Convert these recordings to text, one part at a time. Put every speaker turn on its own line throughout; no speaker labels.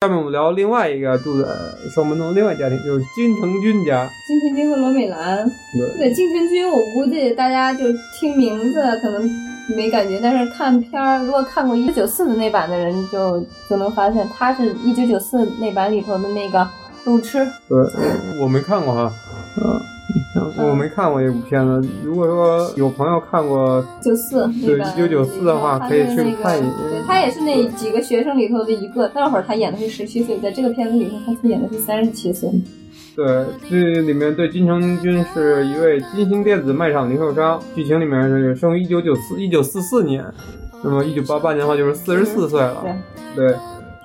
下面我们聊另外一个住在双门洞另外一家庭，就是金城君家。
金城君和罗美兰。对金城君，我估计大家就听名字可能没感觉，但是看片儿，如果看过一九九四的那版的人就，就能发现他是一九九四那版里头的那个路痴。
对，我没看过哈，嗯，我没看过这部片子。如果说有朋友看过，
九四
对1994的话可以去看一眼
对他也是那几个学生里头的一个，那会儿他演的是十七岁，在这个片子里头他是演的是三十七岁。
对这里面对金城君是一位金星电子卖场零售商，剧情里面是生于一九九四一九四四年，那么一九八八年的话就是四十四岁了。
对，
对，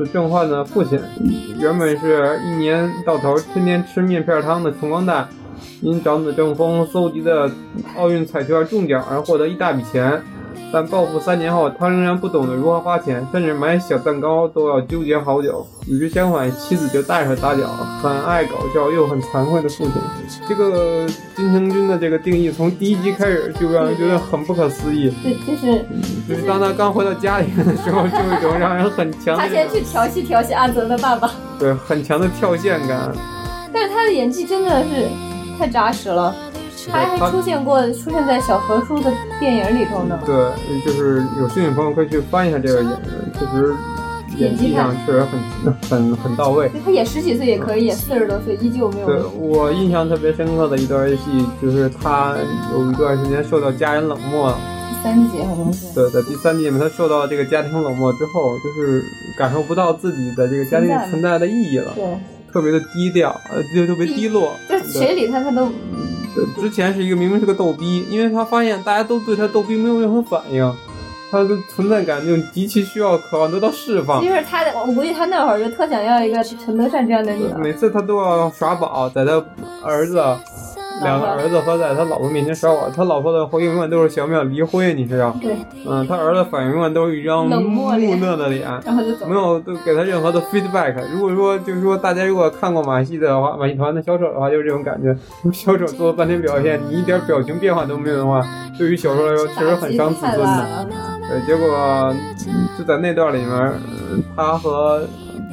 是郑焕的父亲，原本是一年到头天天吃面片汤的穷光蛋，因长子郑峰搜集的奥运彩票中奖而获得一大笔钱，但暴富三年后，他仍然不懂得如何花钱，甚至买小蛋糕都要纠结好久。与之相反，妻子就大手大脚，很爱搞笑又很惭愧的父亲。这个金城君的这个定义，从第一集开始就让人觉得很不可思议。
对，就是
就是当他刚回到家里的时候，就有一种让人很强
他
烈
先
的
去调戏调戏阿泽的爸爸，
对很强的跳线感。
但是他的演技真的是太扎实了。他还出现过出现在小何叔的电影里头呢。
对，就是有兴趣的朋友可以去翻一下这个演员，确实演技上确实很 很很到位。
就他演十几岁也可以，演四十多岁依旧没
对
有。
我印象特别深刻的一段戏，就是他有一段时间受到家人冷漠了。
三集好像是。
对，在第三季里面，他受到了这个家庭冷漠之后，就是感受不到自己在这个家庭里存在的意义了，
对，
特别的低调，呃，就特别低落。
就是谁理他他都
对，之前是一个明明是个逗逼，因为他发现大家都对他逗逼没有任何反应，他的存在感就极其需要渴望得到释放
就。是他，我估计他那会儿就特想要一个陈德善这样的女儿。
每次他都要耍宝，在他儿子、两个儿子和在他老婆面前耍宝，他老婆的回应永远都是想不想离婚，你知道？
对，
嗯，他儿子反应永远都是一张
冷漠脸
木讷的脸，
然后就走
没。有都给他任何的 feedback。如果说就是说大家如果看过马戏的话，马戏团的小丑的话，就是这种感觉。 小丑做了半天表现，你一点表情变化都没有的话，对于小丑来说确实很伤自
太
尊
烂
的。
了。
对，呃结果嗯就在那段里面，呃他和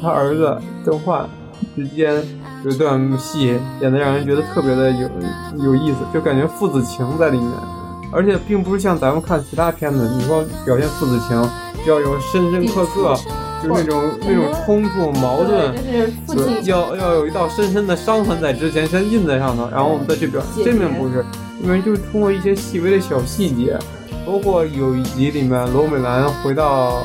他儿子郑焕之间有一段戏演的让人觉得特别的有有意思，就感觉父子情在里面，而且并不是像咱们看其他片子，你说表现父子情就要有深深刻刻，就是那种那种冲突矛盾。
嗯对，就是父
对
亲
要要有一道深深的伤痕在之前先印在上头，然后我们再去表现。
解决
这面不是，因为就是通过一些细微的小细节，包括有一集里面罗美兰回到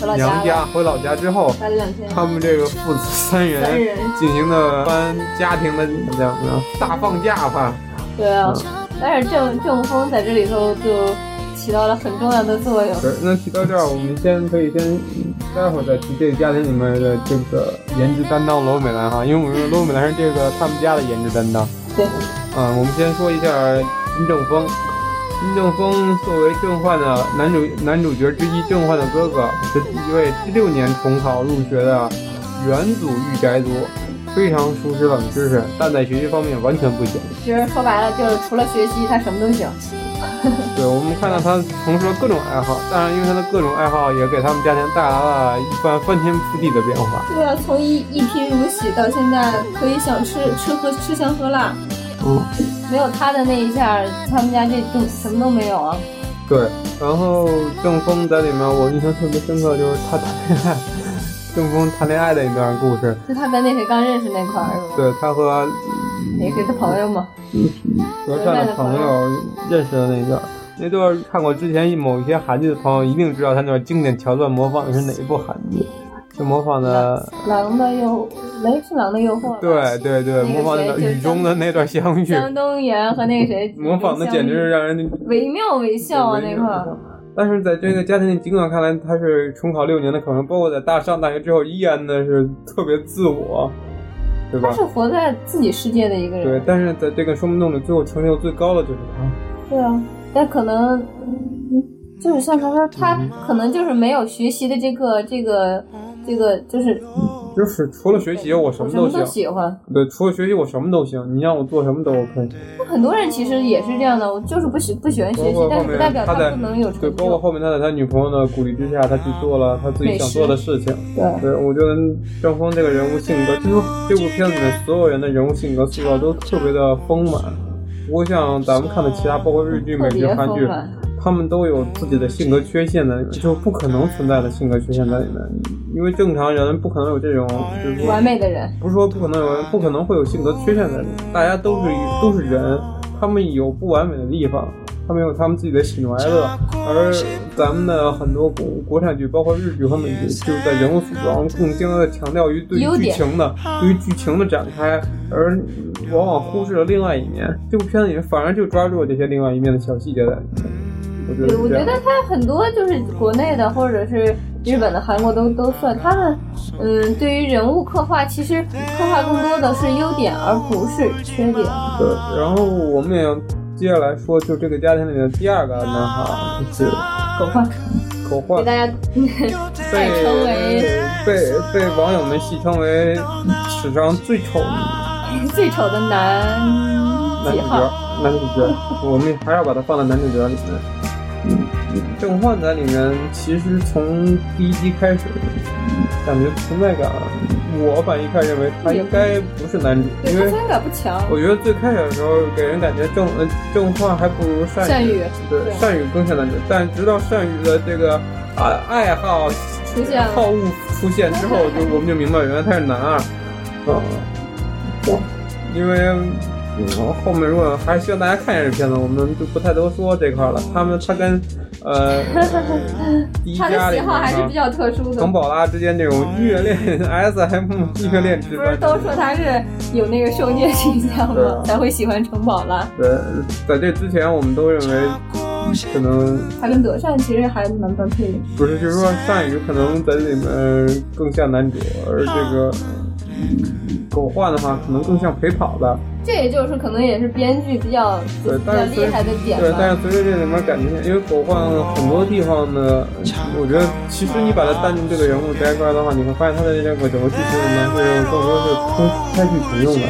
回老
娘
家
家
了，
回老家之后，
待了两天。
他们这个父子三
三
人
人，
进行的翻家庭的两个大放假吧。
对啊。
嗯
但是郑郑峰在这里头就起到了很重要的作用。
对，那提到这儿，我们先可以先待会儿再提这个家庭里面的这个颜值担当罗美兰哈，因为我们罗美兰是这个他们家的颜值担当。
对，
嗯，我们先说一下金正峰。金正峰作为郑焕的男主男主角之一，郑焕的哥哥是一位一六年重考入学的元祖御宅族，非常熟识冷知识，但在学习方面完全不行。
其实说白了就是除了学习，他什么都行。
对我们看到他从事了各种爱好，当然因为他的各种爱好也给他们家庭带来了一番翻天覆地的变化。
对啊，从一一贫如洗到现在，可以想吃吃喝吃香喝辣，
嗯，
没有他的那一下，他们家这就什么都没有啊。
对，然后郑峰在里面我印象特别深刻就是他谈恋爱， 郑峰谈恋爱的一段故事。
就他跟那谁刚认识那块儿，是吧？
对他和
那谁的朋友嘛。
德善的朋友认识的那段，那段看过之前某一些韩剧的朋友一定知道他那段经典桥段模仿的是哪一部韩剧，是模仿的，
狼的诱，哎，是狼的诱惑吧。
对对对，模仿那个雨中的那段相遇，
江东延和那个谁
模仿的简直是让人
惟妙惟肖啊那块儿。
但是在这个家庭的尽管看来，他是重考六年的考生，包括在大上大学之后，依然的是特别自我，对吧
他？是活在自己世界的一个人。
对，但是在这个双门洞里，最后成就最高的就是他。
对啊，但可能嗯就是像他说，他可能就是没有学习的这个这个这个，就是
就是除了学习，我什么
我
都
什么都
行。
喜欢。
对，除了学习我什么都行，你让我做什么都 OK。
很多人其实也是这样的，我就是不喜不喜欢学
包
习
括，后
但是不
面
代表
他
他
在
不能有
对，
成
包括
就。
后面他在他女朋友的鼓励之下，他去做了他自己想做的事情。
对，
对，我觉得张峰这个人物性格，几乎这部片子里面所有人的人物性格塑造都特别的丰满，不会像咱们看的其他，包括日剧、美
特
剧、
别
韩
丰
剧，
满。
他们都有自己的性格缺陷在里面，就不可能存在的性格缺陷在里面，因为正常人不可能有这种，就是说
完美的人，
不是说不可能有
啊
人，不可能会有性格缺陷的人，大家都是
哦
都是人，他们有不完美的地方，他们有他们自己的喜怒哀乐，而咱们的很多国国产剧，包括日剧和美剧，就是在人物塑造上更加的强调于对于
优
剧
点啊
情的对于剧情的展开，而往往忽视了另外一面。这部片子里面反而就抓住了这些另外一面的小细节在里面，我觉得
对，我
是这
觉
样
得。他很多就是国内的或者是日本的、韩国都都算，他们嗯，对于人物刻画，其实刻画更多的是优点，而不是缺点。
对，然后我们也接下来说，就这个家庭里面的第二个男孩，就是
狗焕
狗焕
给。大家
被
代称为
被被网友们戏称为史上最丑的
最丑的
男主
男几
角
号？，
男主角，我们还要把它放在男主角里面。嗯，郑焕在里面其实从第一集开始，感觉存在感，我反正一开始认为他应该不是男主，
对，
因
他
为
存在感不强。
我觉得最开始的时候给人感觉郑呃郑焕还不如善
善宇
对
对
善宇更像男主，但直到善宇的这个啊爱好
出现了
好恶出现之后，就我们就明白原来他是男二，嗯，哇，因为。嗯后面如果还是希望大家看一下这片子，我们就不太多说这块了。他们他跟 呃第一
他
家
的
里
喜好还是比
面啊
较特殊的
腾，宝拉之间这种虐恋 SM 虐恋之
不是
分，
都说他是有那个受虐倾向
对啊
吗？才会喜欢城堡啦。
对，呃在这之前我们都认为可能
他跟德善其实还蛮般配的。
不是，就是说善宇可能在里面更像男主，而这个
嗯
狗焕的话，可能更像陪跑的。
这也就是可能也是编剧比较比
对，
较
但是随
厉害的点
对，但
吧。
是随着这里面感情线，因为狗焕很多地方呢，我觉得其实你把它单独这个人物摘出来的话，你会发现他的这个整个剧情里面会更多是通开剧情用的，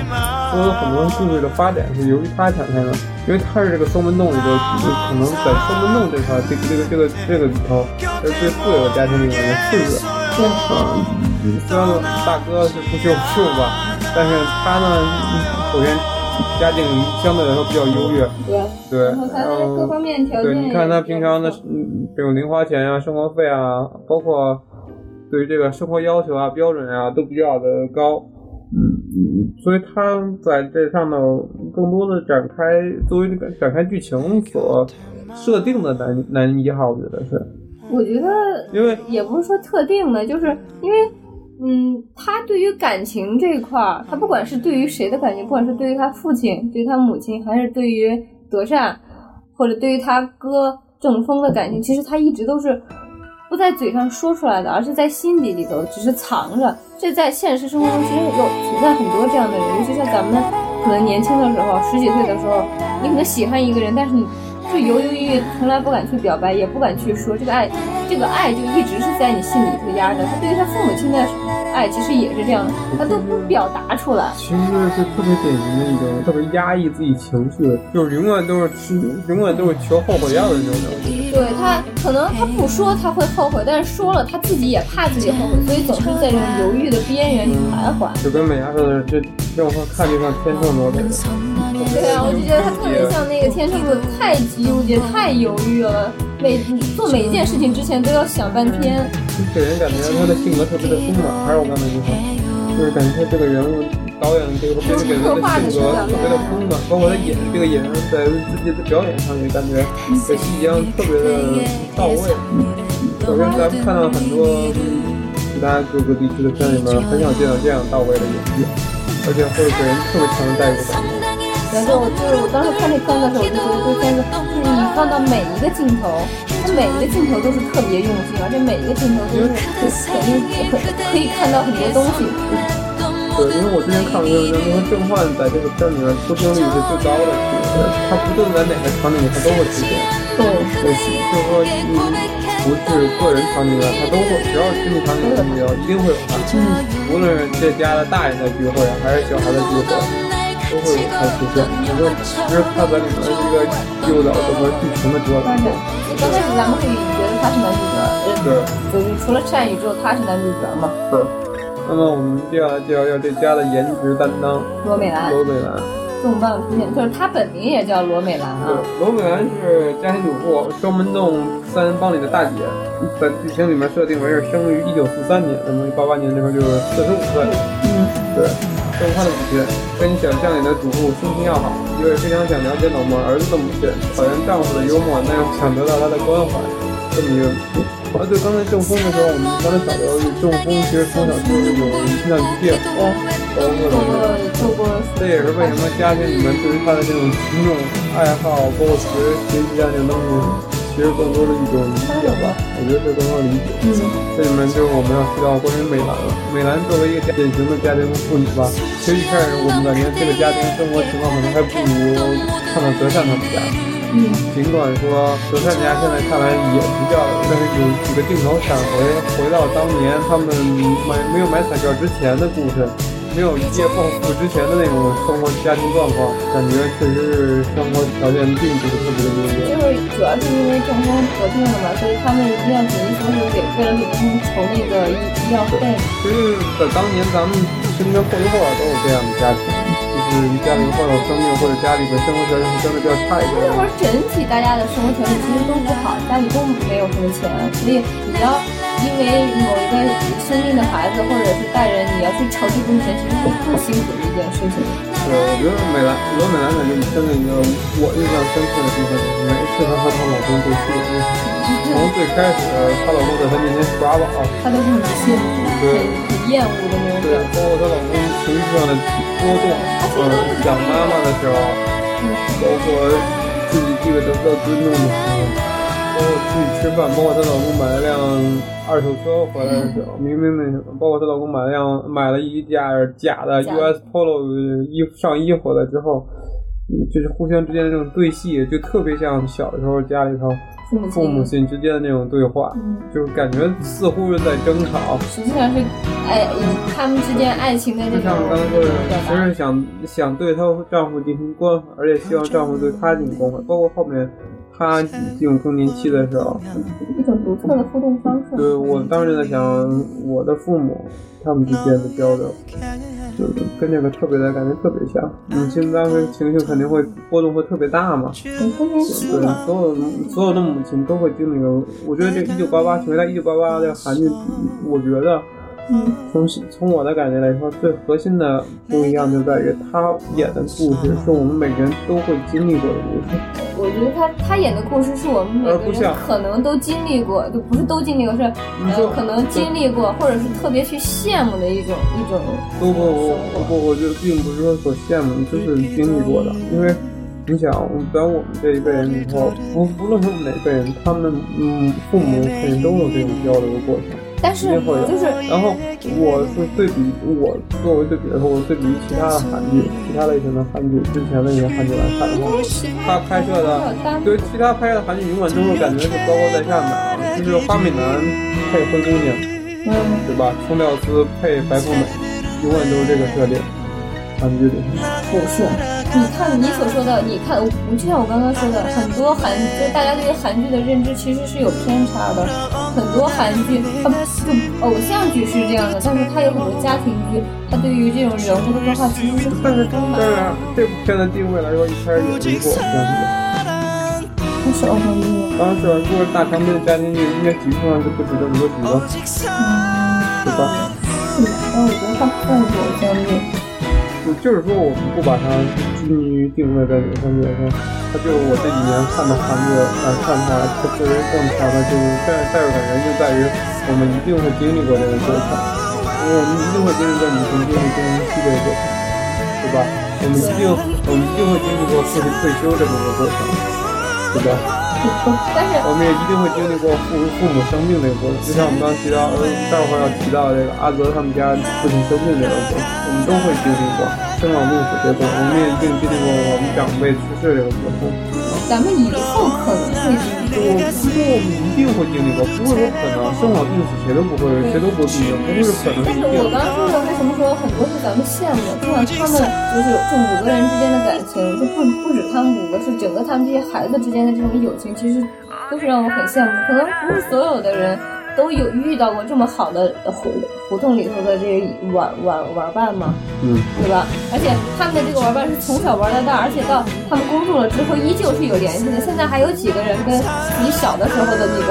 所有很多故事的发展是由于他展开的，因为他是这个双门洞里的，就可能在双门洞这块这个这个这个这个里头，是最富有的家庭里面的次子。嗯，虽然大哥是不修不用吧，但是他呢，首先家境相对来说比较优越，
对，
对，
然后嗯他在各方面条件
对，
也
你看他平常的，嗯这种零花钱啊、生活费啊，包括对于这个生活要求啊、标准啊，都比较的高。嗯，所以他在这上面更多的展开作为这个展开剧情所设定的男男一号，我觉得是
我觉得
因为
也不是说特定的，就是因为。嗯，他对于感情这一块儿，他不管是对于谁的感情，不管是对于他父亲、对于他母亲，还是对于德善，或者对于他哥郑风的感情，其实他一直都是不在嘴上说出来的，而是在心底里头，只是藏着。这在现实生活中其实有存在很多这样的人，尤其像咱们可能年轻的时候，十几岁的时候，你可能喜欢一个人，但是你就犹犹豫豫，从来不敢去表白，也不敢去说这个爱，这个爱就一直是在你心里头压着。他对于他父母亲的爱，其实也是这样的，他都不表达出来。
其实是特别典型的一种特别压抑自己情绪的，就是永远都是永远都是求后悔药的那种人。
对他，可能他不说他会后悔，但是说了他自己也怕自己后悔，所以总是在这种犹豫的边缘里徘徊。
就跟美伢说的，这让我看这上天秤座的人，
对啊，我就觉得他特别像那个天秤座，太纠结，太犹豫了，每做每一件事情之前都要想半天。
就给人感觉他的性格特别的丰满。还是我刚才那句话，就是感觉他这个人物导演给我给给他的性格特别的丰满，包括他演这个演员在自己的表演上也感觉在细节上特别的到位。首先，咱们看到很多其他各个地区的片里面，很少见到这样到位的演技，而且会给人特别强的代入感。
然后我就是我当时看这片子的时候，我就觉得这片子就是你放到每一个镜头，它每一个镜头都是特别用心，而且每一个镜头都是就是肯定可可以看到很多东西。
对，因为我之前看过一个文章，说郑焕在这个片里面出镜率是最高的，他不论在哪个场景里他都会出现。
对，
就是说，嗯，不是个人场景的，它都会，只要是你场景的目标，一定会有它。无论是这家的大人的聚会还是小孩的聚会，都会有它出现。你说，其实它在里面是一个诱导整个剧情的主要
当
元
然
素。，
刚开始咱们会觉得他是男主角，
对。
呃就是除了善宇之后，他是男主角嘛，
是。那么我们接下来就要要对家的颜值担当
罗美兰
罗美兰。
重磅出现，就是他本名也叫罗美兰啊，
对，罗美兰是家庭主妇，双门洞三人帮里的大姐，在剧情里面设定为是生于一九四三年，那么八八年的时候就是四十五岁。
嗯，
对，邓宽的母亲跟想象里的主妇亲情要好，因为非常想了解老莫儿子的母亲，讨厌丈夫的幽默，但又想得到他的关怀，这么一个。啊，对，刚才中风的时候，我们刚才讲到，中风其实从小就是有心脏疾病，包括
做过做过，
这也是为什么家庭里面对于他的这种群众爱好，包括学学习这样的东西，其实更多的一种理解吧。我觉得这更多理解。
嗯，
这里面就是我们要提到关于美兰了。美兰作为一个典型的家庭妇女吧，其实一开始我们感觉这个家庭生活情况可能还不如看到德善他们家。
嗯，
尽管说德善家现在看来也比较，但是有几个镜头闪回，回到当年他们买没有买彩票之前的故事，没有一夜暴富之前的那种生活家庭状况，感觉确实是生活条件并不是特别的优越
就。是主要是因为中风得病了嘛，所以他们一定要紧急手术给为了给他们筹那个医医药费，
其实，在当年咱们身边或多或少都有这样的家庭，就是家里患有生病或者家里的生活条件相对比较差一点。
那会儿整体大家的生活条件其实都不好，家里都没有什么钱，所以你要因为某一个生病的孩子或者是大人，你要去筹集工钱，其实是更辛苦的一件事情。
对，我觉得美兰罗美兰在这里真的一个我印象深刻的地方，就是每次她和她老公对戏，从最开始她老公在她面前耍宝，
他都是很不幸福、很
对
很厌恶的那种
嗯对
表，
包括她老公情绪上的波动，嗯，想妈妈的时候，包括自己地位得不到尊重的时候，包括出去吃饭，包括她老公买了辆二手车回来的时候，明明那什么，包括她老公买了辆买了一架假的
假
US Polo 衣服上衣回来之后，嗯就是互相之间的这种对戏，就特别像小时候家里头
父母
嗯父母
亲。
亲之间的那种对话，
嗯，
就是感觉似乎是在争吵。
实际上是爱以他们之间爱情的那
就
种
像刚才说的，
表
其
达。
实想想对她丈夫进行关怀，而且希望丈夫对她进行关怀，包括后面她进入更年期的时候，
一种独特的互动方式。
对我当时在想，我的父母他们之间的交流，就是跟这个特别的感觉特别像。母亲当时情绪肯定会波动会特别大嘛，
很更年期
嗯对
嘛，，
所有的所有的母亲都会经历过。我觉得这一九八八回到一九八八的韩剧，我觉得。
嗯，
从从我的感觉来说，最核心的不一样就在于他演的故事是我们每个人都会经历过的故事。
我觉得他他演的故事是我们每
而
个
不
人
像
可能都经历过，就不是都经历过，是
你
呃
说
可能经历过，或者是特别去羡慕的一种一种。
不不不不，我觉得并不是说所羡慕，就是经历过的。因为你想，在我们这一辈人以后，不不论是哪辈人，他们嗯父母肯定都有这种交流的过程。
但是
一定会有
就是
然后我是对比我作为对比来说，我对比其他的韩剧、其他类型的韩剧之前的一些韩剧来看的话，他拍摄的对其他拍摄的韩剧，永远都会感觉是高高在上的啊，就是花美男配灰姑娘，
嗯，
对吧？冲料丝配白富美，永远都是这个设定。韩剧里，
不是。你看你所说的，你看我就像我刚刚说的，很多韩就是大家对于韩剧的认知其实是有偏差的。很多韩剧，它就偶像剧是这样的，但是它有很多家庭剧，它对于这种人物的刻画其实是
但是
很丰满
当
的。
然，这部片的定位来说，一开始也是一部偶像剧。
不是偶像剧吗。
当时如果是大长篇的家庭剧，应该集数上是不止这么多集的，对吧？
嗯，但我觉得它算是偶像剧。
就就是说，我们不把它定义定位在偶像剧来说，它就是我这几年看的韩剧来看它，它作为更强的就是代代入感原因就在于我们一定会经历过这个过程，因为我们一定会经历过女性经历更年期这个过程，对吧？我们一定我们一定会经历过父亲退休这么一个过程，对吧？
嗯但是
我们也一定会经历过父父母生病这个过程，就像我们刚刚提到，呃，待会儿要提到这个阿泽他们家父亲生病这个过程，我们都会经历过生老病死这个过程，我们也一定经历过我们长辈去世这个过程。
咱们以后可能会经历。
我不说我们一定会经历过，不会说可能生老病死谁都不会，谁都不会避免，不会是可能
但
一
是
定
我。刚刚说的，为什么说很多是咱们羡慕？不管他们就是这五个人之间的感情，就不不止他们五个，是整个他们这些孩子之间的这种友情，其实都是让我很羡慕。可能不是所有的人都有遇到过这么好的胡胡同里头的这个玩玩玩伴嘛，
嗯，
对吧？而且他们的这个玩伴是从小玩到大，而且到他们工作了之后依旧是有联系的。现在还有几个人跟你小的时候的那个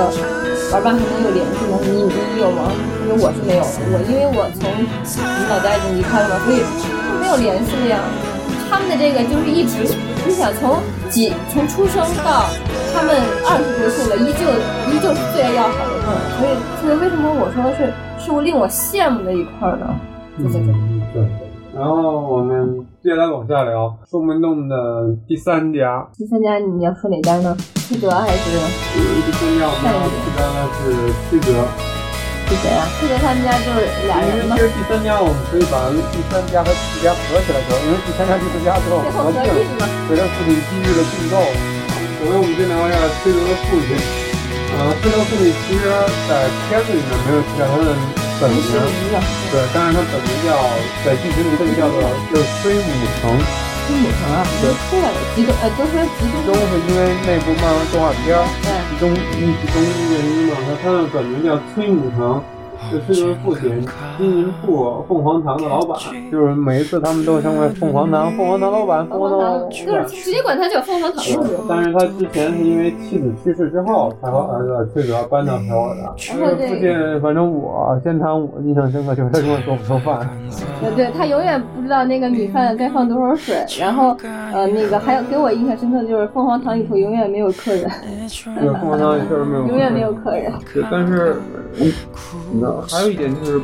玩伴还能有联系吗？你你有吗？因为我是没有，我因为我从你老家已经离开了嘛，所以就没有联系了呀。他们的这个就是一直，你想从几从出生到他们二十多岁了，依旧依旧是最要好的朋友。所以，所以为什么我说是是我令我羡慕的一块儿呢？就在这儿。
嗯，对。然后我们接下来往下聊，说门洞的第三家，
第三家你要说哪家呢？记德还是
呃第三家我们要去的是西德。
是谁啊？记德他们家就是俩
因为
人嘛
这，是第三家，我们可以把第三家和第四家合起来说，因为第三家、第四家最后
最后
合
合
并，
力嘛。
随着父亲机遇的并购，所以我们这聊一下崔德的父亲。呃，崔德父亲其实在片子里面没有提到他的本
不是
名，
一个，
对，但是他本名叫在剧情里这个叫做就是崔武成，
是母城啊，
对
错了，集中呃都说
其
集中
中是因为那部漫画动画片儿。
对，
其中一其中一个人嘛，他他的本名叫崔母堂，是崔德的父亲，经营铺凤凰堂的老板，就是每一次他们都会相会凤凰堂，凤凰堂老板，凤凰堂老板。
就是直接管他叫凤凰堂就是了。
但是他之前是因为妻子去世之后，才和儿子崔德搬到首尔的。
后
父亲，反正我先谈我印象深刻，就是他跟我说不做饭，
呃，对他永远不知道那个米饭该放多少水，然后呃那个还有给我印象深刻的就是凤凰堂里头永远没有客人，
对凤凰堂确实没有，
永远没有客人。
对，但是，嗯那还有一点就是，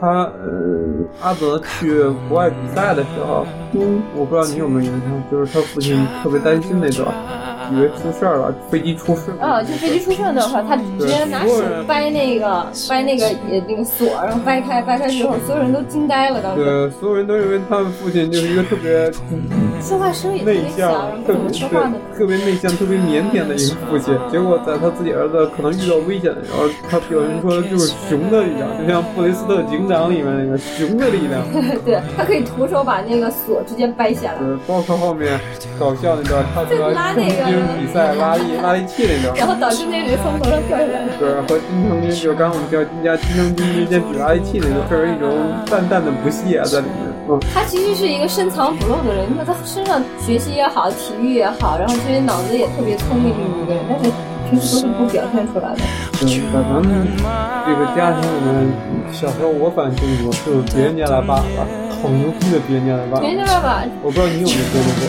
他呃，阿泽去国外比赛的时候，
嗯，
我不知道你有没有印象，就是他父亲特别担心那段，以为出事儿了，飞机出事故。
哦，就飞机出事儿那会儿，他直接拿手掰那个掰那个也那个锁，然后掰开掰开之后，所有人都惊呆了，当时。
对，所有人都认为他们父亲就是一个特别
说话声音也特
内
别小，然
向、
后
特
哎怎
别
么说话呢？哦
特别内向、特别腼腆的一个父亲。结果在他自己儿子可能遇到危险的时候，他有人说就是熊的力量，就像布雷斯特警长里面那个熊的力 量。
对他可以徒手把那个锁直接掰下来。
呃，包括后面搞笑那段，他和郑钧比赛拉力拉力器那
然
段，
后导致那人从头上掉下来了。
对，和金城君就是刚刚我们叫金家金城君之间比拉力器那段，这是一种淡淡的不屑在里面。嗯，
他其实是一个深藏不露的人，你看他身上学习也好，体育也好，然后这些脑子也特别聪明的一个人，但是平时都是不表现出来的。
对，在咱们这个家庭里面，小时候我反正经历过，就是别人家的爸爸，好牛逼的别人家的爸爸，
人家爸爸，
我不知道你有没有经历过。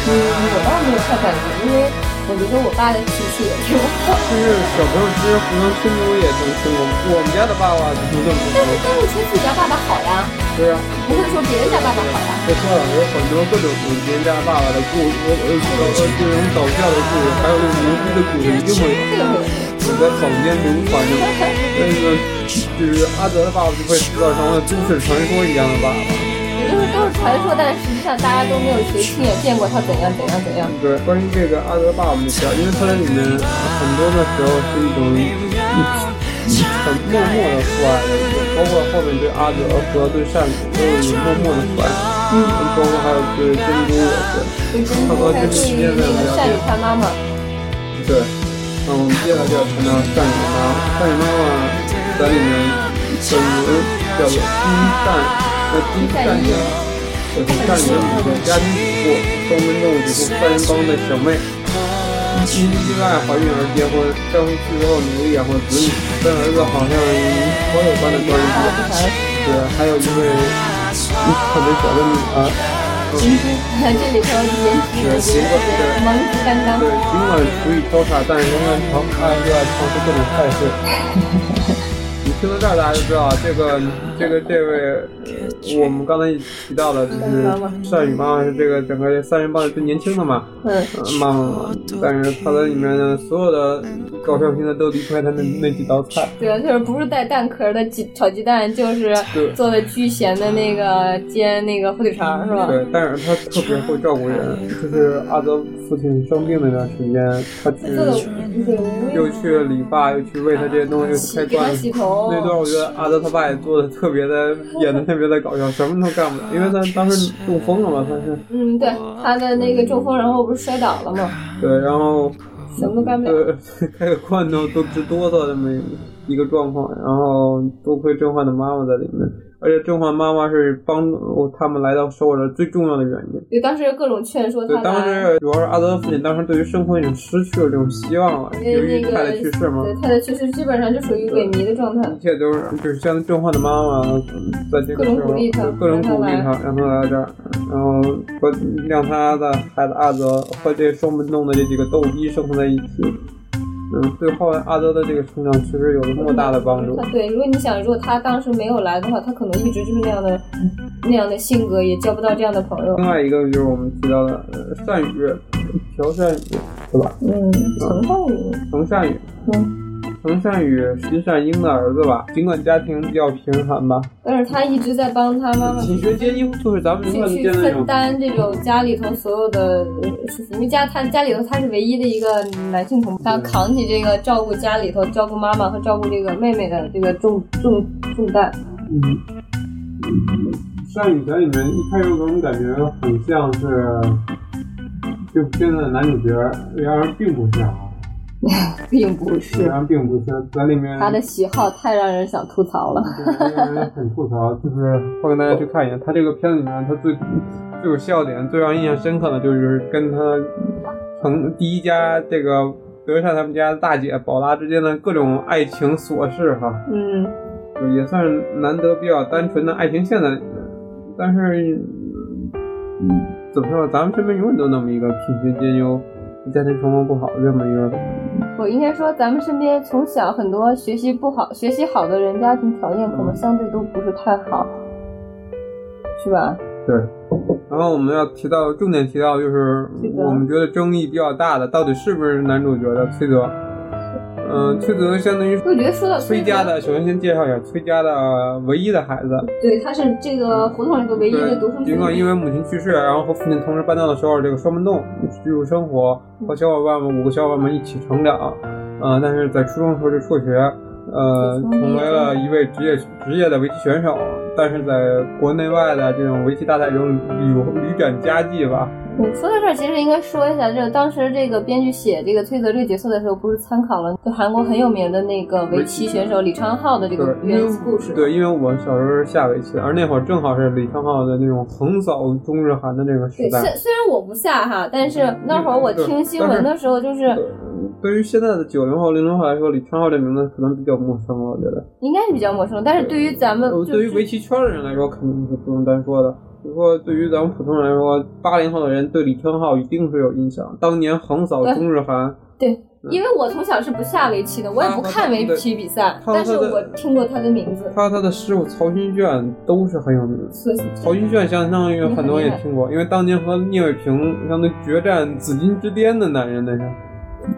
嗯，我倒没有太感觉，因为我觉得我爸的脾气也挺好。
就 是小朋友之间互相吹牛也能吹过，我们家的爸爸就这么说，
但是但是说自己家爸爸好呀，
对啊。
不会说别人家爸爸好呀。
我说了，有很多各种别人家爸爸的故事，我我有各种搞笑的故事，还有那种牛逼的故事，一定会有。
这个会有。
你在坊间流传着那个，就是阿泽的爸爸就会塑造成了都市传说一样的爸爸。
也就是都是传说，但是实际上大家都没有谁亲眼见过他怎样怎样怎样。
对，关于这个阿泽爸爸的事儿，因为他在里面很多的时候是一种很默默的父爱的一个，包括后面对阿泽和对善子都有一种默默的父爱，嗯，包括还有对珍珠也是。
就真的在对于那个善宇他妈妈，
对，嗯，我们接下来就要谈到善女妈妈。善女妈妈在里面本名叫做金善，呃，金善英，我是善女女的家庭主妇，东门洞主妇三人帮的小妹。因意外怀孕而结婚，丈夫去世后努力养活子女，跟儿子好像朋友般的关系。对，还有一位特别小的女儿，嗯。
这里头颜值也是萌值担当
对，。尽管厨艺高差，但是仍然尝爱热爱尝试各种菜式。你听到这儿，大家就知道这个这个这位、呃我们刚才也提到了，就是善呃宇妈妈是这呃个整个三人帮里最年轻的嘛，
嗯，
呃妈妈，但是她在里面呢，所有的搞笑片段都离不开她那那几道菜，
对，啊就是不是带蛋壳的鸡炒鸡蛋，就是
对
做的巨咸的那个煎那个火腿肠是吧？
对，但是她特别会照顾人，就是阿泽父亲生病那段时间，她去
他做的嗯
又去理发，又去喂他这些东西，又去开
给他
罐子
洗。头，
那段我觉得阿德他爸也做的特别的，演的特别的搞笑，什么都干不了，因为
哦
他当时中风了嘛，他是
嗯，对，他的那个中风，然后不是摔倒了嘛，
对，然后
什么都干不了。
呃开个罐头都直哆嗦的那么一个状况，然后多亏郑焕的妈妈在里面，而且郑焕妈妈是帮助他们来到首尔的最重要的原因。
对，当时各种劝说
对，
他
当
来。
时主要是阿德的父亲当时对于生活已经失去了这种希望了，
因
由
为
于
那
太太
个
去世嘛。
对，他的去世基本上就属于萎靡的状态
一。切都是就是像郑焕的妈妈，嗯在这个时候就各种鼓励他，让他来这儿，然后和让他的孩子阿泽和这双门洞的这几个逗逼生活在一起。嗯，对后来阿泽的这个成长其实有了莫大的帮助。
他对，如果你想，如果他当时没有来的话，他可能一直就是那样的那样的性格，也交不到这样的朋友
另。外一个就是我们提到的呃善宇，朴善宇对吧？
嗯，陈焕宇，
程善宇，
嗯，
程善宇是金善英的儿子吧？尽管家庭比较贫寒吧，
但是他一直在帮他妈妈。
品学兼优就是咱们
去
永远
去
见的那
分
种。
担这种家里头所有的呃事情，因为家他家里头他是唯一的一个男性同胞，他扛起这个照顾家里头、照顾妈妈和照顾这个妹妹的这个重重重担。
嗯，善宇在里面一开始给我们感觉很像是就现在的男主角，然而并不是啊，
并不是
然而并不是，在里面
他的喜好太让人想吐槽了。
对让人很吐槽，就是我跟大家去看一下，他这个片子里面他最最有笑点、最让人印象深刻的就是跟他成第一家这个德善他们家大姐宝拉之间的各种爱情琐事哈。
嗯，
也算是难得比较单纯的爱情线在里面。但是，嗯，怎么说？咱们身边永远都有那么一个品学兼优、家庭状况不好的这么一个，
我应该说咱们身边从小很多学习不好、学习好的人，家庭条件
嗯
可能相对都不是太好，是吧？
对。然后我们要提到重点提到就是
是的
我们觉得争议比较大的，到底是不是男主角的崔泽？嗯，崔泽相当于
我觉得说到
崔家的，首先先介绍一下崔家的唯一的孩子，
对，他是这个胡同里头唯一的独生
嗯对，
子
尽管
女。
因为母亲去世，然后和父亲同时搬到了首尔这个双门洞居住生活，
嗯
和小伙伴们五个小伙伴们一起成长，呃，但是在初中的时候就辍学，呃，成为了一位职业职业的围棋选手，但是在国内外的这种围棋大赛中屡屡展佳绩吧。
嗯，说到这儿，其实应该说一下，这个当时这个编剧写这个崔泽这个角色的时候，不是参考了就韩国很有名的那个围棋选手李昌镐的这
对
个，
因为
原故事。
对，因为我小时候是下围棋的，而那会儿正好是李昌镐的那种横扫中日韩的嗯那个时
对，
代。
虽虽然我不下哈，但是那会儿我听新闻的时候，就是
对于现在的九零后、零零后来说，李昌镐这名字可能比较陌生，我觉得。
应该是比较陌生，但是对于咱们
呃
就
对于围棋圈的人来说，肯定是不用单说的。不过，对于咱们普通人来说，八零后的人对李昌镐一定是有印象。当年横扫
对
中日韩，
对，因为我从小是不下围棋的，我也
啊
不看围棋比赛，
他
但是
他的
我听过他的名字，
他和他的师傅曹勋卷都是很有名的。
所以
曹勋卷相当
嗯
于很多人也听过，因为当年和聂卫平相当于决战紫金之巅的男人那是。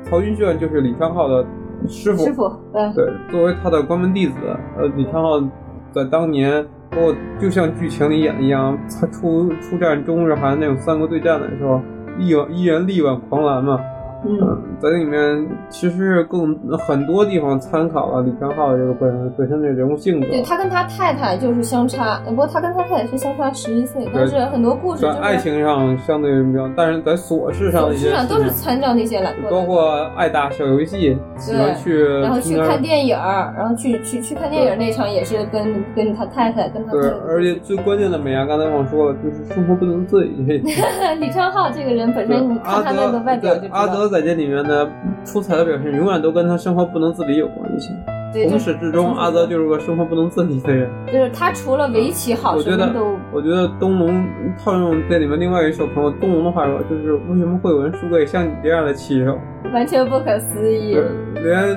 曹勋卷就是李昌镐的师傅
师。傅，对，
对，作为他的关门弟子，呃，李昌镐在当年，包括就像剧情里演的一样，他出出战中日韩那种三国对战的时候，一有一人力挽狂澜嘛。
嗯，
嗯，在里面其实是更很多地方参考了李昌镐这个本本身的人物性格。
对他跟他太太就是相差，呃不过他跟他太太是相差十一岁，但是很多故事就
在
是
爱情上相对比较，但是在琐事上的一
实际
些
上都
事
是
情，
参照那些来
包
过的。
括爱打小游戏，喜欢去
然后去
参加
看电影儿，然后去去去看电影儿那场也是跟跟他太太跟他
对，而且最关键的美伢啊刚才忘说了，就是生活不能自理。
李昌镐这个人本
对
身，你
阿
看他那个
德
外表就
对
知
阿
道，
德在这里面的出彩的表现，永远都跟他生活不能自理有关系。
对，就
从
是
始至终，阿德就是个生活不能自理的人。
就是他除了围棋好，
我
什
觉
么
得
都，
我觉得东龙套用这里面另外一个小朋友东龙的话说，就是为什么会有人输给像你这样的棋手？
完全不可思议。
对，连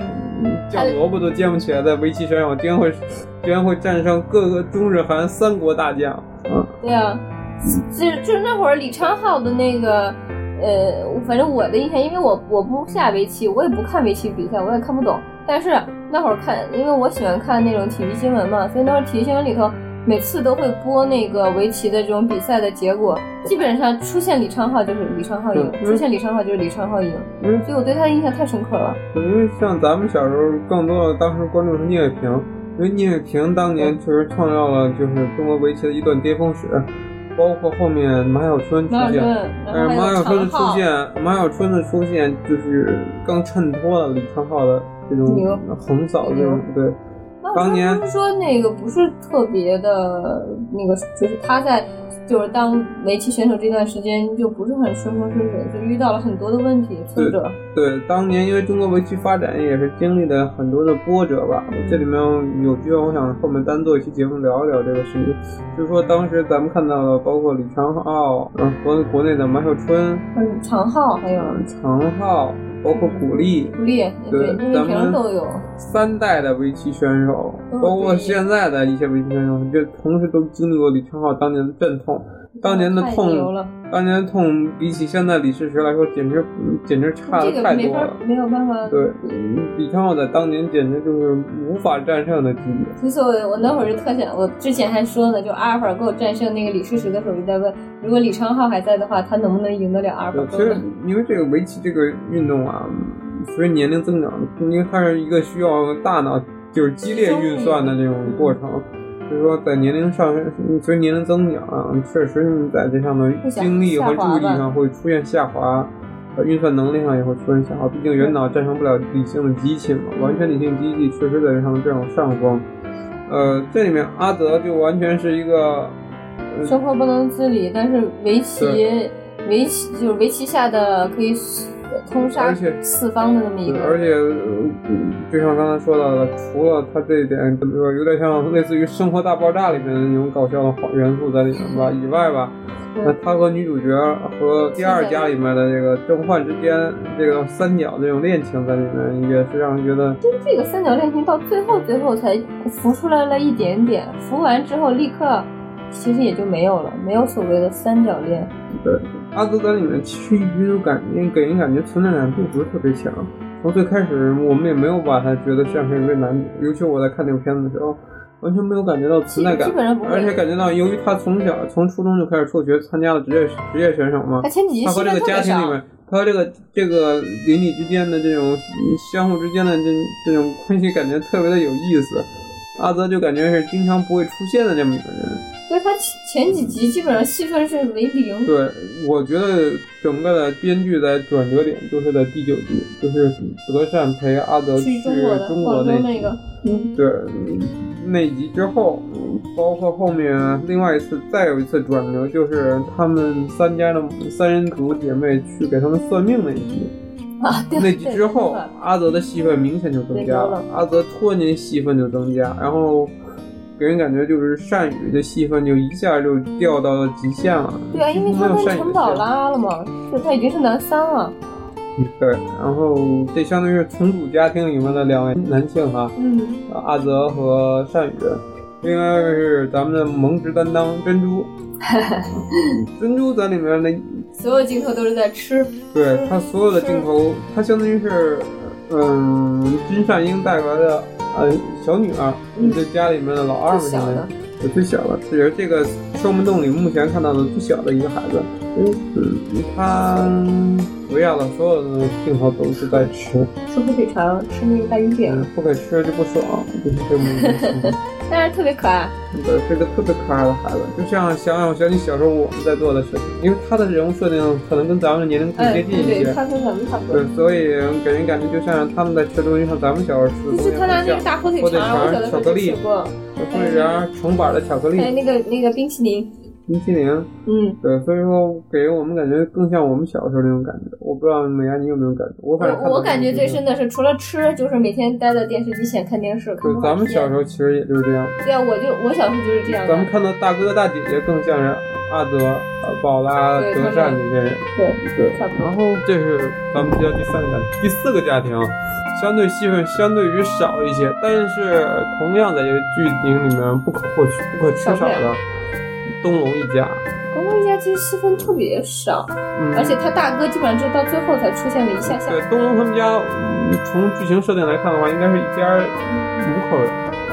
叫萝卜都煎不起来的围棋选手，居然会居然会战胜各个中日韩三国大将。嗯，
对啊，就是就是那会儿李昌镐的那个，呃，反正我的印象，因为我我不下围棋，我也不看围棋比赛，我也看不懂。但是那会儿看，因为我喜欢看那种体育新闻嘛，所以那会儿体育新闻里头每次都会播那个围棋的这种比赛的结果，基本上出现李昌镐就是李昌镐赢，
嗯
出现李昌镐就是李昌镐赢，
因为
所以我对他的印象太深刻了。
因为像咱们小时候，更多的当时关注是聂卫平，因为聂卫平当年确实创造了就是中国围棋的一段巅峰史，包括后面马小春出
马小
现。
春，然
但
后
是马
还有
小春的
常
出
浩，
现，马小春的出现就是更衬托了李昌镐的这
牛
种横扫这种对，
马小
当
春
年
不是说那个不是特别的，那个就是他在就是当围棋选手这段时间就不是很顺风顺水，就遇到了很多的问题挫折。
对，当年因为中国围棋发展也是经历了很多的波折吧。这里面有机会，我想后面单做一期节目聊一聊这个事情。就是说，当时咱们看到了，包括李昌镐，嗯，国国内的马小春、
嗯，常浩还有
常镐，包括古力，
古力，
对
嗯对，聂卫
咱
平
们
都有。嗯
三代的围棋选手
都，是
包括
第一
现在的一些围棋选手，就同时都经历过李昌镐当年的阵痛。当年的
太
痛
牛了，
当年的痛比起现在李世石来说，简直嗯简直差
这
的
个
太
没
多
法
了。
没有办法。
对，嗯李昌镐在当年简直就是无法战胜的级别。
其实我我那会儿就特想，我之前还说呢，就阿尔法狗战胜那个李世石的时候，我就在问，如果李昌镐还在的话，他能不能赢得了阿尔法
对，其
狗
实
呢？
因为这个围棋这个运动啊，随着年龄增长，因为它是一个需要大脑就是激烈运算的这种
嗯
过程，所以说在年龄上随着年龄增长啊，确实你在这上的精力和注意
下滑吧
上会出现下滑。呃，运算能力上也会出现下滑，毕竟人脑战胜不了理性的机器嘛，完全理性机器确实在这上面占有上风。呃，这里面阿泽就完全是一个
生活不能自理，但是围棋
嗯对，
围棋就是围棋下的可以通杀
而且
四方的那么一
对
个，
而且、呃就像刚才说到的，除了它这一点怎么说，有点像类似于《生活大爆炸》里面的那种搞笑的好元素在里面吧以外吧，那
嗯
他和女主角和第二家里面的这个郑焕之间这个三角这种恋情在里面，也是让人觉得
这个三角恋情到最后最后才浮出来了一点点，浮完之后立刻其实也就没有了，没有所谓的三角恋。
阿泽在里面其实一直都感给人感觉存在感并不是特别强。从最开始我们也没有把他觉得像是一位男主，尤其我在看这个片子的时候，完全没有感觉到
基
存在感
基。本上不会。
而且感觉到，由于他从小从初中就开始辍学，参加了职业职业选手嘛
他，前几集
他和
戏
这
份
个
特别
家庭里
少，
面，他和这个这个邻里之间的这种嗯相互之间的这这种关系，感觉特别的有意思。阿泽就感觉是经常不会出现的这么一个人。
所以他前几集基本上戏份是为零。
对，我觉得整个的编剧在转折点就是在第九集，就是德善陪阿泽
去
去
中国的
呃中
广
国
州
那
那
集
个，嗯，
对，那一集之后，包括后面另外一次，再有一次转折，就是他们三家的三人组姐妹去给他们算命那一集。
啊，对，
那集
对
之后
是的，
阿泽的戏份明显就增
增加
加
了
了，阿泽突然间戏份就增加，然后给人感觉就是善宇的戏份就一下就掉到了极限了。
对啊，因为
几乎没
他
有
跟
善宇的
陈
戏
宝
份。
拉了嘛，就他已经是男三了，
对，然后这相当于是重组家庭里面的两位男性啊哈、
嗯，
阿泽和善宇，另外是咱们的萌直担当珍 珠。珍珠在里面的，
所有镜头都是在吃，
对
嗯
他所有的镜头，他相当于是，嗯，金善英带过来的，呃，小女儿，
嗯
这家里面的老二嘛，
最
相
小
当于
的，
是最小的，也是这个双门洞里目前看到的最小的一个孩子。嗯，他围绕的所有的镜头都是在吃，
吃火腿肠，吃那个大鱼
嗯
饼，
不给吃就不爽，就是这么一个情况。
但是特别可爱，
对，是个特别可爱的孩子，就像想想想起小时候我们在做的事情，因为他的人物设定可能跟咱们的年龄更
哎，
接近一
对
些
对，，他跟咱们差不多
对，。所以给人感觉就像他们在吃东西，像咱们小时候吃的东
就
西
是他拿
很
那
像
个，大火腿
火腿
肠，我
肠
小的时候
巧克
就
力哎
吃过，
或者成板的巧克
还有
力、
那个那个冰淇淋，
冰淇淋，
嗯，
对，所以说给我们感觉更像我们小时候那种感觉。我不知道美伢你有没有感觉，我反正看到
我我感觉
这个
最
视频
深的是，除了吃，就是每天待在电视机前看电视，看
对，咱们小时
候，
候其实也就是这样，
对啊，我就我小时候就是这样的，
咱们看到大哥大姐姐更像是阿德、呃宝拉、
对
德善这些人。
对，
对，
差不多。
然后这是咱们家第三个家庭，第四个家庭啊相对戏份相对于少一些，但是同样在这个剧情里面不可或缺、不可缺少
少不
的东龙一家。
东龙一家其实戏份特别少，
嗯，
而且他大哥基本上就到最后才出现了一下下。
对东龙他们家，嗯从剧情设定来看的话，应该是一家五口人。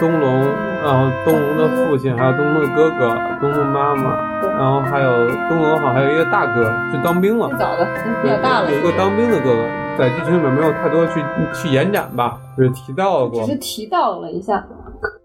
东龙，然后东龙的父亲，还有东龙的哥哥，东龙妈妈，
对
然后还有东龙好像还有一个大哥，就当兵了
最。早的比较大了，
有一个当兵的哥哥，在剧情里面没有太多去去延展吧，就是提到
只
过
是。提到了一下，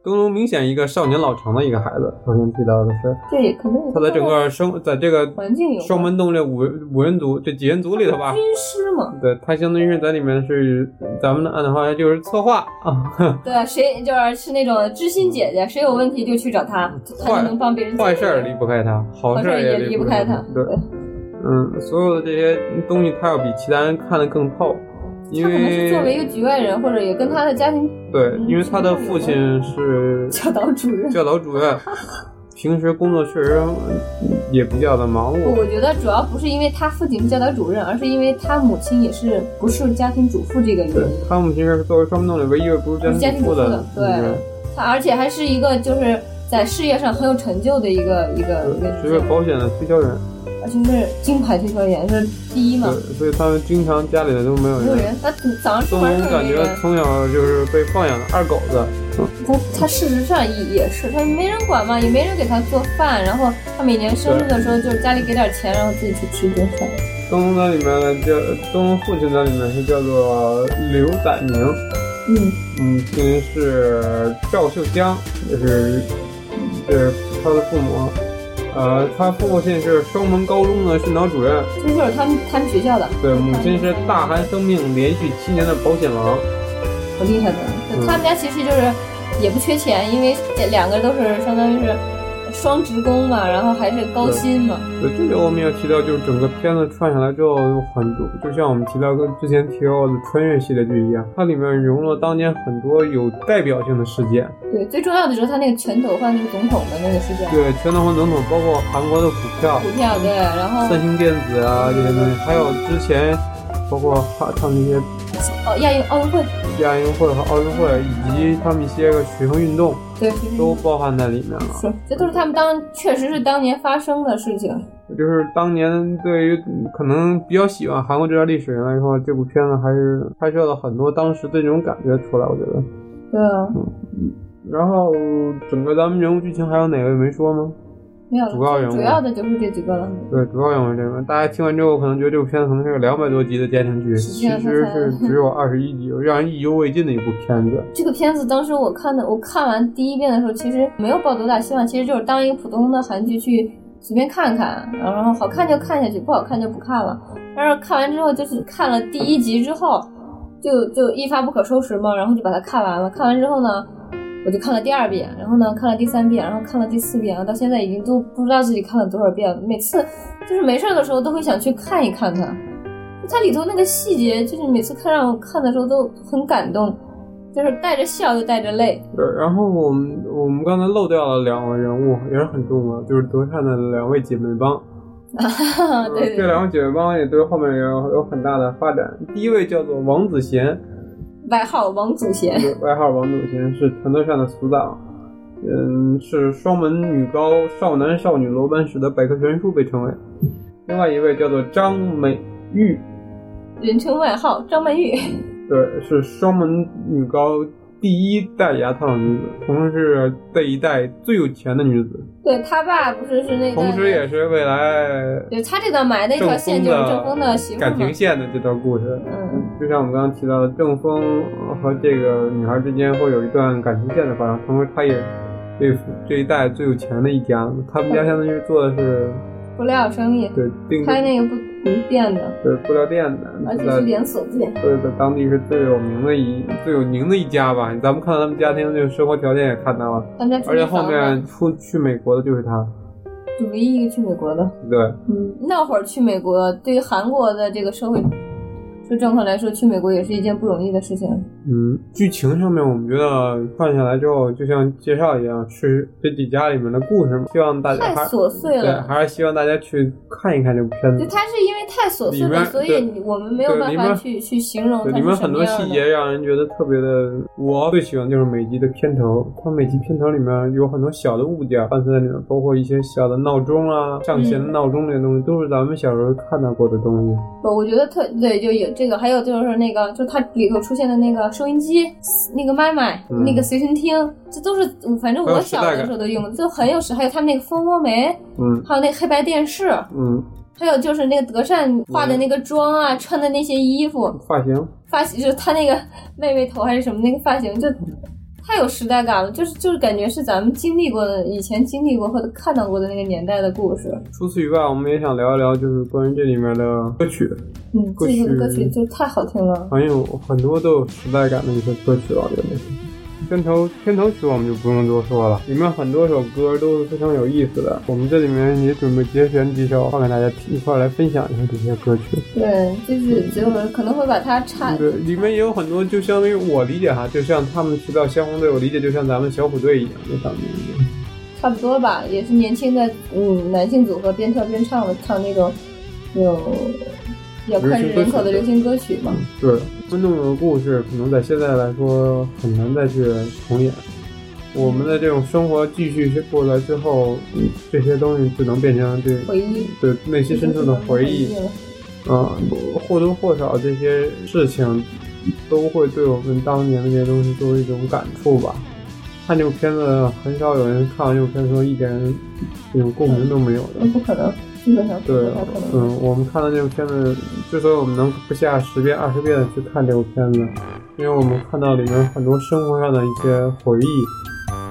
东龙明显一个少年老成的一个孩子，首先提到的是
这也可能也
他
跟
的整个生在这个
环境有关
双门洞这五人五人组这几人组里头吧，
军师嘛，
对他相当于是在里面是咱们的按的话就是策划啊，
对，谁就是是那种知心姐姐，谁有问题就去找他，他就能帮别人解决。
嗯坏事儿离不开他，好
好
事
事
儿
儿也
离
离不开他。
对，嗯，所有的这些东西他要比其他人看得更透，因
他可能是
为
作为一个嗯局外人，或者也跟他的家庭
对，因为他的父亲是
教导主任。
教导主任，平时工作确实嗯也比较的忙碌。
我觉得主要不是因为他父亲是教导主任，而是因为他母亲也是不是家庭主妇这个原
对
因。，
他母亲是作为双门洞里唯一个不是家
家
庭
庭
主妇
主妇
的
的，对
女人
他而且还是一个就是在事业上很有成就的一个一个一个
对，
女
是
性
个，嗯保险的推销员，
而且是金牌推销员是第一嘛
对，，所以他们经常家里都没有
嗯没有
人。
人，他早上出
东
门
龙
就
感
没
觉
人。
从小就是被放养的二狗子，
他他事实上也也是，他没人管嘛，也没人给他做饭，然后他每年生日的时候就是家里给点钱，然后自己去吃一顿饭。
东龙在里面叫东龙父亲在里面是叫做刘载明，
嗯，
嗯，亲人是赵秀江，就是就是他的父母，呃，他父亲是双门高中的训导主任，
这就是他们他们学校的，
对，母亲是大韩生命连续七年的保险王，
很厉害的。
嗯
他们家其实就是也不缺钱，因为这两个都是相当于是双职工嘛，然后还是高薪嘛。
对，这里我呃们要提到，就是整个片子串下来之后，有很多，就像我们提到跟之前提到的穿越系列剧一样，它里面融入了当年很多有代表性的事件，
对，最重要的就是他那个拳头换那个总统的那个事件，
对，全斗焕总统，包括韩国的股票、
股票对，然后
三星电子啊这些东西，还有之前包括哈他们一些
哦亚运奥运会，
亚运会和奥运会，以及他们一些个学生运动，
对，
都包含在里面了。
是这都是他们当确实是当年发生的事情。
就是当年对于嗯可能比较喜欢韩国这段历史人来说，这部片子还是拍摄了很多当时的这种感觉出来，我觉得。
对啊，
然后整个咱们人物剧情还有哪位没说吗？
没有了
主要人物
主要的就是这几个了。
对，主要人物这个，大家听完之后可能觉得这部片子可能是个两百多集的家庭剧，其实是啊只有二十一集，让人意犹未尽的一部片子。
这个片子当时我看的，我看完第一遍的时候，其实没有抱多大希望，其实就是当一个普通的韩剧去随便看看，然后好看就看下去，不好看就不看了。但是看完之后，就是看了第一集之后，就就一发不可收拾嘛，然后就把它看完了。看完之后呢，我就看了第二遍，然后呢看了第三遍，然后看了第四遍，然后到现在已经都不知道自己看了多少遍了。每次就是没事儿的时候都会想去看一看它，就它里头那个细节，就是每次看让我看的时候都很感动，就是带着笑又带着泪。
对，然后我们我们刚才漏掉了两位人物，也是很重要，就是德善的两位姐妹帮。
对
这
对，
两个姐妹帮也对后面有有很大的发展。第一位叫做王子贤，
外号王祖贤，
对外号王祖贤，是团队上的死党。嗯，是双门女高少男少女罗班史的百科全书被称为。另外一位叫做张美玉，
人称外号张曼玉。
对，是双门女高第一代牙套女子，同时是这一代最有钱的女子，
对他爸不是是那个，
同时也是未来
对他这段埋的一条
正
线
风
就是郑峰的媳妇
感
嘛
情。线的这段故事。
嗯，
就像我们刚刚提到的，郑峰和这个女孩之间会有一段感情线的发生，同时他也对这一代最有钱的一家，他们家相当于做的是
布料生意，
对定
开那个布店的，
对布料店的，
而且
在
是连锁啊店。
对在当地是最有名的一最有名的一家吧。咱们看到他们家庭这个生活条件也看到了，
他们家
而且后面出去美国的就是他，
就唯一一个去美国的。
对。
嗯，那会儿去美国，对于韩国的这个社会，就就正常来说，去美国也是一件不容易的事情。
嗯，剧情上面我们觉得看下来之后，就像介绍一样，是这几家里面的故事嘛，希望大家
太
呃还
琐碎
对，
了，
还是希望大家去看一看这部片
就
子。
它是因为太琐碎
里面
了，所以
对
你我们没有
对
办
里
法
面
去去形容
对，
它
里面
是什
很
么
多
样
细
的。
节让人觉得特别的，我最喜欢就是每集的片头，它每集片头里面有很多小的物件伴随在里面，包括一些小的闹钟啊、象棋的
嗯
闹钟这些东西，都是咱们小时候看到过的东西。
我我觉得特对，就有这个，还有就是那个，就它里头出现的那个收音机，那个麦麦，
嗯
那个随身听，这都是反正
很有
我
时
小
代
的
感
时候都用，就很有时。还有他们那个蜂窝煤，
嗯
还有那个黑白电视，
嗯，
还有就是那个德善化的那个妆啊，穿的那些衣服，
发型，
发型就是他那个妹妹头还是什么那个发型，就太有时代感了，就是就是感觉是咱们经历过的，以前经历过或者看到过的那个年代的故事。
除此以外，我们也想聊一聊，就是关于这里面的歌曲，
嗯，
歌
这
曲
首歌曲就太好听了。
很有很多都有时代感的一些歌曲啊了，我觉得。片头片头曲我们就不用多说了，里面很多首歌都是非常有意思的。我们这里面也准备节选几首放给大家听，一块儿来分享一下这些歌曲。
对，就是就是可能会把它插，
嗯对，里面也有很多，就相当于我理解哈，就像他们提到消防队，我理解就像咱们小虎队一样，就咱们
差不多吧，也是年轻的嗯男性组合边跳边唱的，唱那种有比较脍炙人口的流行歌曲嘛。
对，观众的故事可能在现在来说很难再去重演。我们的这种生活继续过来之后，嗯这些东西只能变成对
回忆，
对内心嗯深处的回忆，
了
啊，或多或少这些事情都会对我们当年的这些东西都有一种感触吧。看这部片子，很少有人看完这部片子说一点这种共鸣都没有
那
的。
嗯不可能，基本上不
对
太可，能。
嗯，我们看到这部片子，之所以我们能不下十遍、二十遍的去看这部片子，因为我们看到里面很多生活上的一些回忆，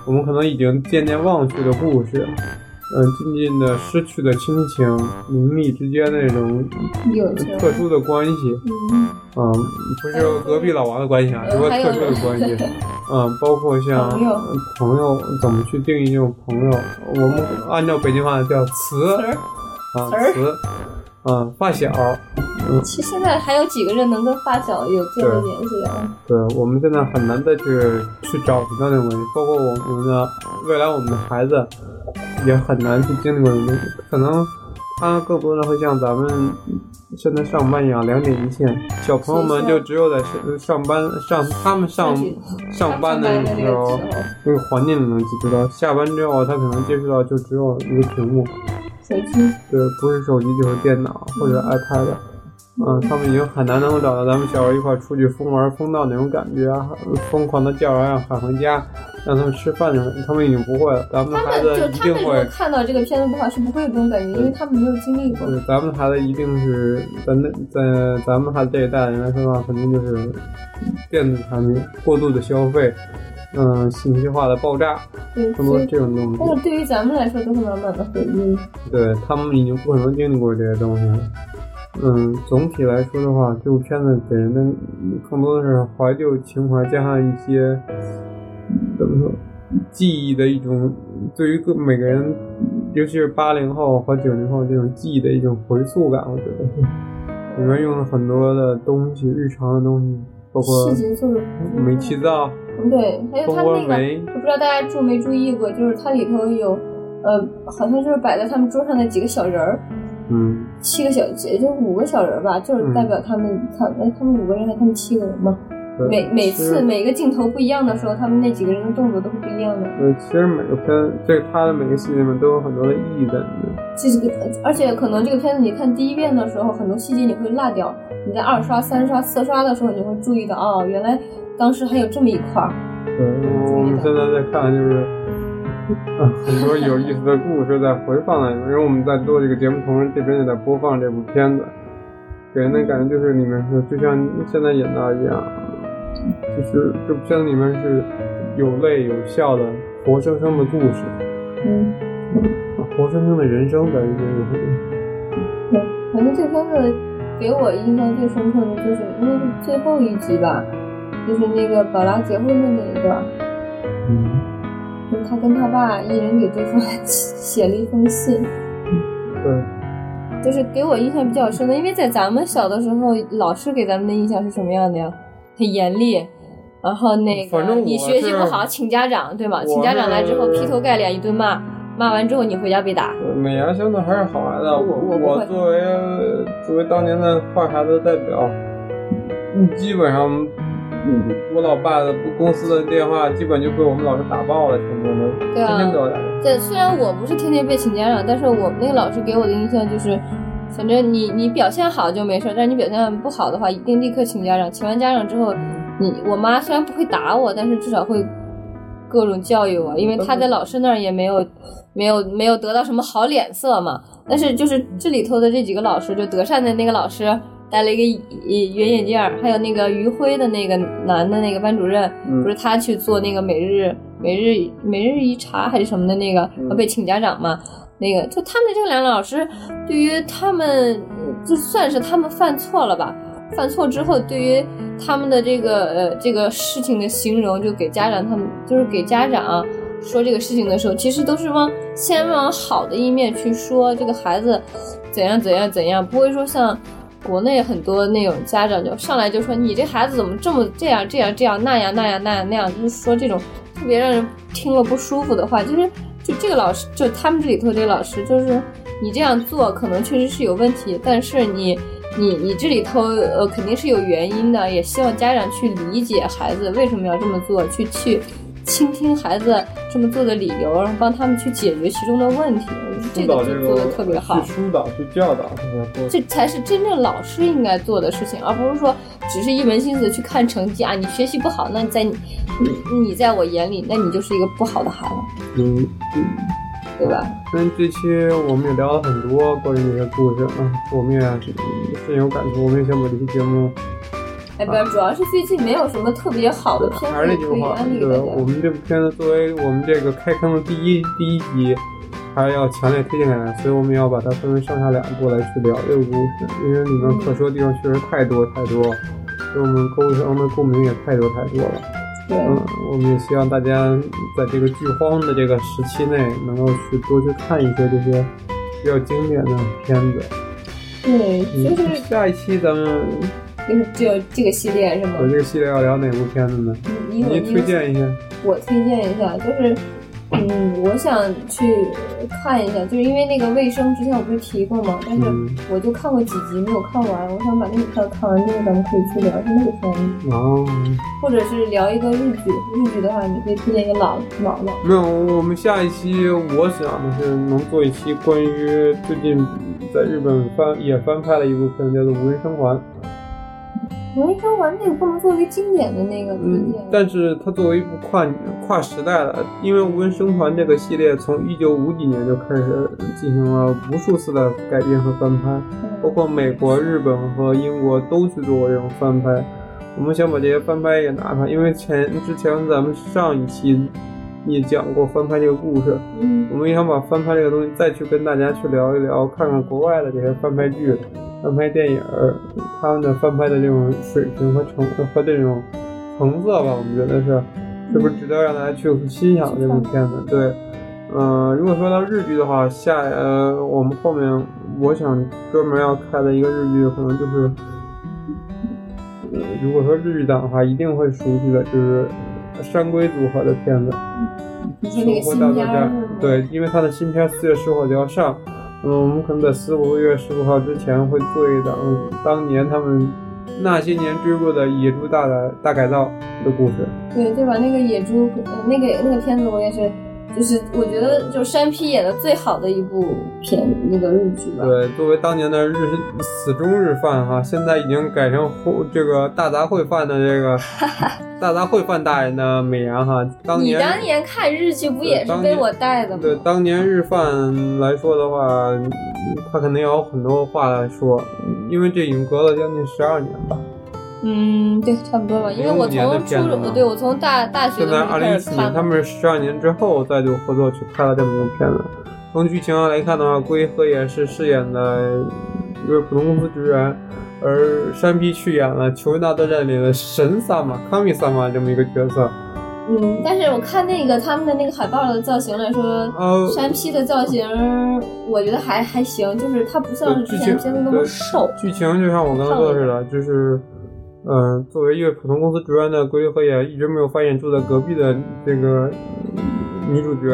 我们可能已经渐渐忘去的故事，嗯、渐渐的失去的亲情，邻里之间的那种
友情，
嗯特殊的关系，
嗯，
嗯，不是说隔壁老王的关系啊，
呃
是说
还有
特殊的关 系，嗯，包括像
朋友
朋友怎么去定义这种朋友，我们按照北京话叫词
词儿
啊
词儿
词，啊发小，
其实现在还有几个人能跟发小有建立联系啊？
对，我们现在很难再去去找寻到那种东西，包括我们的未来，我们的孩子也很难去经历过这种东西。可能他更多的会像咱们现在上班一样，两点一线。小朋友们
是是
就只有在上上班上他们上
上学
上班的
上班的那
时
个
候
时候，
那个环境里能接触到。下班之后，他可能接触到就只有一个屏幕，
手机，
对，不是手机就是电脑或者 iPad。嗯，他们已经很难能够找到咱们小时候一块儿出去疯玩疯闹那种感觉啊，疯狂的叫嚷喊回家，让他们吃饭那种，他们已经不会了。咱们的
他
孩
们
子一定
就是他们如果
会，
看到这个片子的话，是不会有这种感觉，因为他们没有经历过。
对，呃咱们的孩子一定是咱那在咱们孩子这一代人来说的话，肯定就是电子产品过度的消费，嗯，信息化的爆炸，
对，
很多
所以
这种东
但
西，
是对于咱们来说都是满满的回忆。
对他们已经不可能经历过这些东西了。嗯，总体来说的话，这部片子给人的更多的是怀旧情怀，加上一些怎么说记忆的一种，对于个每个人，尤其是八零后和九零后这种记忆的一种回溯感，我觉得是里面用了很多的东西，日常的东西，包括
事情做的
煤气灶、
对，还有他
蜂窝
那个，
煤，
我不知道大家注没注意过，就是它里头有，呃，好像就是摆在他们桌上的几个小人儿，
嗯，
七个小，也就五个小人儿吧，就是
嗯
代表他们，他哎，他们五个人还是他们七个人嘛。
对
每每
其
次
实
每个镜头不一样的时候，他们那几个人的动作都是不一样的。
呃，其实每个片，这个它的每个细节里面都有很多的意义在里面。
这是个，而且可能这个片子你看第一遍的时候，很多细节你会落掉，你在二刷、三刷、四刷的时候，你会注意到哦，原来当时还有这么一块儿。
对，我们现在在看就是， 啊，很多有意思的故事在回放在里面，因为我们在做这个节目同时，这边也在播放这部片子，给人的感觉就是里面是就像现在演到一样，就是这部片子里面是有泪有笑的，活生生的故事，啊
嗯，
活生生的人生在于这个
反正这个片子给我印象最深刻的就是因为是最后一集吧，就是那个宝拉结婚的那一段儿，
嗯。
就是 他跟他爸一人给对方写了一封信。
对，
就是给我印象比较深的，因为在咱们小的时候，老师给咱们的印象是什么样的呀？很严厉，然后那
反
个
正我
你学习
是
不好请家长，对吗？
我
请家长来之后
是
劈头盖脸一顿骂，骂完之后你回家被打。
呃美伢相对还是好孩子。
我我不会
作为作为当年的坏孩子代表，基本上，嗯我老爸的公司的电话基本就被我们老师打爆了，天天都
对啊
天天都有打电话。
对，虽然我不是天天被请家长，但是我们那个老师给我的印象就是，反正你你表现好就没事，但是你表现不好的话，一定立刻请家长。请完家长之后，你我妈虽然不会打我，但是至少会各种教育我，因为她在老师那儿也没有没有没有得到什么好脸色嘛。但是就是这里头的这几个老师，就德善的那个老师。戴了一个圆眼镜儿，还有那个余晖的那个男的那个班主任，
嗯
不是他去做那个每日每日每日一查还是什么的那个，
嗯
呃被请家长嘛。那个就他们这两个老师，对于他们呃就算是他们犯错了吧，犯错之后对于他们的这个呃这个事情的形容，就给家长他们就是给家长说这个事情的时候，其实都是往先往好的一面去说这个孩子怎样怎样怎样，不会说像国内很多那种家长就上来就说你这孩子怎么这么这样这样这样那样那样那样那样，就是说这种特别让人听了不舒服的话，就是就这个老师就他们这里头这个老师就是你这样做可能确实是有问题，但是你。你你这里头呃肯定是有原因的，也希望家长去理解孩子为什么要这么做，去去倾听孩子这么做的理由，然后帮他们去解决其中的问题。我觉得这
疏导
个
这
就做的特别好
去。疏导、去教导，这些东西
这才是真正老师应该做的事情，而不是说只是一门心思去看成绩啊。你学习不好，那在你你你在我眼里，那你就是一个不好的孩子，
嗯，
对吧？
那这期我们也聊了很多关于你的故事，嗯，我们也深有感触，我们也想把这期节目
哎，不是，主要是最近没有什么特别好的片
啊还是那
子
句
可以
话
安，利给大
对我
家。
们这部片子作为我们这个开坑的第一第一集，还是要强烈推荐给大家，所以我们要把它分为上下两部来去聊这个故事，因为里面可说的地方确实太多太多，对我们沟通的共鸣也太多太多了。
对，
嗯，我们也希望大家在这个剧荒的这个时期内，能够去多去看一些这些比较经典的片子。
对，
嗯
就是
下一期咱们呃
就是只有这个系列是吗
我？这个系列要聊哪部片子呢？
你
你
有
推荐一下。
我推荐一下，就是，嗯，我想去看一下，就是因为那个卫生之前我不是提过嘛，但是
嗯
我就看过几集没有看完，我想把那个片儿看完之后，咱们可以去聊一下那个片子，
然后
或者是聊一个日剧，日剧的话，你可以推荐一个老老老，
没有，我们下一期我想的是能做一期关于最近在日本翻也翻拍了一部片，叫做《无人生还》。
我一说完那个不能作为经典的那个推
嗯
荐，，
但是它作为一部跨跨时代的，因为《无人生还》这个系列从一九五几年就开始进行了无数次的改编和翻拍，包括美国、日本和英国都去做过这种翻拍。我们想把这些翻拍也拿上，因为前之前咱们上一期也讲过翻拍这个故事，
嗯，
我们也想把翻拍这个东西再去跟大家去聊一聊，看看国外的这些翻拍剧、翻拍电影儿，他们的翻拍的这种水平和成和呃这种成色吧，我们觉得是是不是值得让大家去欣赏这部片子？对，嗯、如果说到日剧的话，下呃，我们后面我想专门要开的一个日剧，可能就是，呃，如果说日剧党的话，一定会熟悉的就是山龟组合的片子。
你说那个
生活
新
大作
片儿嗯
战
是吗，
对，因为他的新片四月十五号就要上，嗯，我们可能在十五月十五号之前会做一档当年他们那些年追过的野猪大的大改造的故事。
对对吧？那个野猪，呃那个那个片子我也是，就是我觉得就是山 P 演的最好的一部片，那个日剧吧。
对，作为当年的日死忠日饭哈，现在已经改成户这个大杂烩饭的这 个大杂烩饭大人的美伢哈，当
你
年
当年看日剧不也是被我带的吗？
对，当年日饭来说的话，嗯他肯定有很多话来说，因为这已经隔了将近十二年吧。
嗯，对，差不多吧。因为我
05年的
从初
片子
中，
嘛
对我从大大学
现
的
在
时
二
候就
零
开
一
始
四年，
看
他
了。
们是十二年之后再度合作去拍了这么一部片子。从剧情上来看的话，龟和也是饰演的一位普通公司职员，而山皮去演了《求生大作战》里的神萨玛、康米萨玛这么一个角色。
嗯，但是我看那个他们的那个海报的造型来说，
呃，
山 P 的造型我觉得还还行，就是它不像是之前片子那么
对
瘦。
剧情就像我刚才说的似的，就是，嗯、作为一个普通公司职员的龟梨和也一直没有发现住在隔壁的这个女主角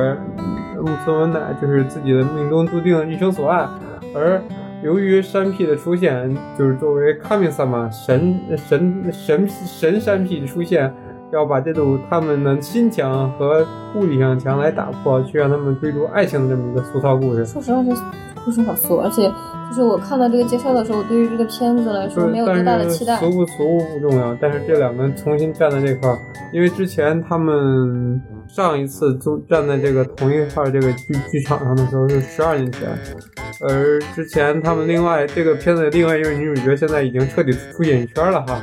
木村文乃，就是自己的命中注定一生所爱。而由于山僻的出现，就是作为卡米萨嘛神神神神山僻的出现，要把这堵他们的心墙和物理上的墙来打破，去让他们追逐爱情的这么一个俗套故事。
说实话，这故事好俗，而且就是我看到这个介绍的时候，我对于这个片子来
就
说
是
没有多大的期待
但。是俗不俗不重要，但是这两个人重新站在这块儿，因为之前他们上一次都站在这个同一块儿这个剧剧场上的时候是十二年前，而之前他们另外这个片子的另外一位女主角现在已经彻底出演艺圈了哈，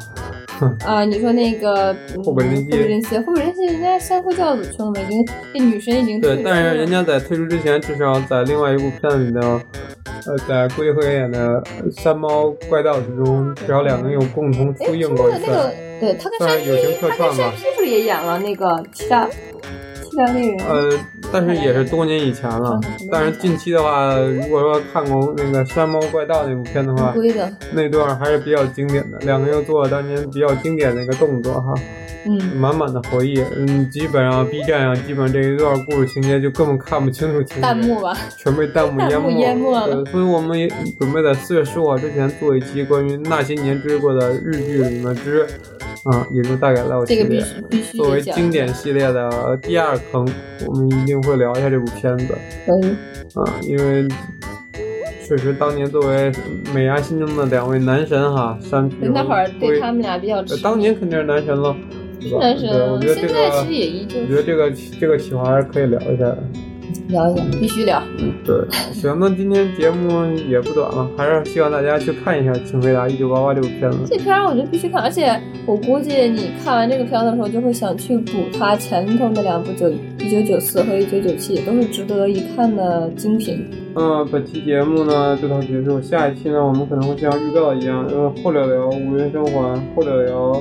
啊，你说那个嗯
后本真纪
后本真纪，后本真纪人家相夫教子去了嘛，已经这女神已经
对
退，
但
休
是
了
人家在退出之前，至少在另外一部片子里呢。呃，在龟和演的《山猫怪盗》之中，至少两个人有共同
哎，
出
说
映过一
的
次。
那个，对他跟
算
山
是友情
批，
客
他跟
串吧
山批是不是也演了那个七大七大猎人？
呃，但是也是多年以前了。
嗯
但是近期的话，如果说看过那个《山猫怪盗》那部片的话，
乌龟的，
那段还是比较经典的。两个又做了当年比较经典的一个动作哈，
嗯，
满满的回忆。嗯，基本上 B 站上基本上这一段故事情节就根本看不清楚情节，
弹幕吧，
全被弹幕淹
弹幕
没
淹没了
对所以我们也准备在四月十五号之前做一期关于那些年追过的日剧里面之啊，也就大改造
这
系
个必
列。
须必须
作
得
为
讲，
经典系列的第二坑，我们一定会聊一下这部片子。
可以，
啊，因为确实当年作为美伢心中的两位男神哈，山
对
皮
那
和
会儿对
龟
他们俩比较痴
呃
迷，
当年肯定是男神喽，
是男神
对，我觉得这
现在
个，
其实也依旧
我觉得这个这个企划还是可以聊一下的。
聊一聊，必须聊，
对，行，那今天节目也不短了，还是希望大家去看一下《请回答一九八八》这部片子。
这片儿我觉得必须看，而且我估计你看完这个片儿的时候，就会想去补它前头那两部九一九九四和一九九七，都是值得一看的精品。
那本期节目呢就到结束，下一期呢我们可能会像预告一样，呃，后聊聊无人生还，后聊聊，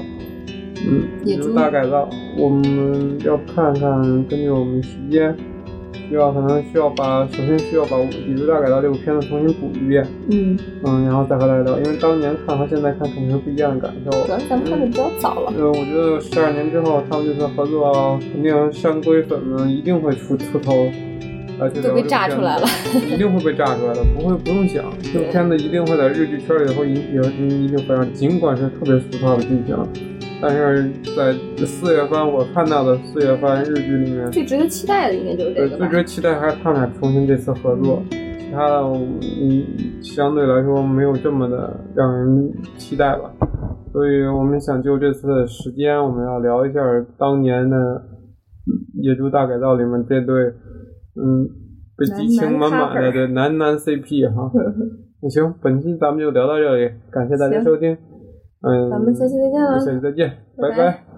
嗯，
野
比如
猪
大改造，我们要看看根据我们时间，需要可能需要把首先需要把《宇宙大改造》这部片子重新补一遍，
嗯，
嗯，然后再和大家聊，因为当年看和现在看肯定是不一样的感受
主。要是咱们看的比较早了。
呃，我觉得十二年之后他们这次合作，肯定山龟粉们一定会出出头，呃，就
都被炸出来了，
一定会被炸出来的，不会不用想，这部片子一定会在日剧圈里头引起一定非常，尽管是特别俗套的剧情，但是在四月番我看到的四月番日剧里面，
最值得期待的应该就是这
呃，
个
最
吧。
值得期待还是他们俩重新这次合作，其他的嗯相对来说没有这么的让人期待吧。所以我们想就这次的时间，我们要聊一下当年的嗯《野猪大改造》里面这对嗯被激情满满的对男男 CP 哈。那行，本期咱们就聊到这里，感谢大家
行
收听，嗯，
咱们下期再见了
下期再见，
拜拜
拜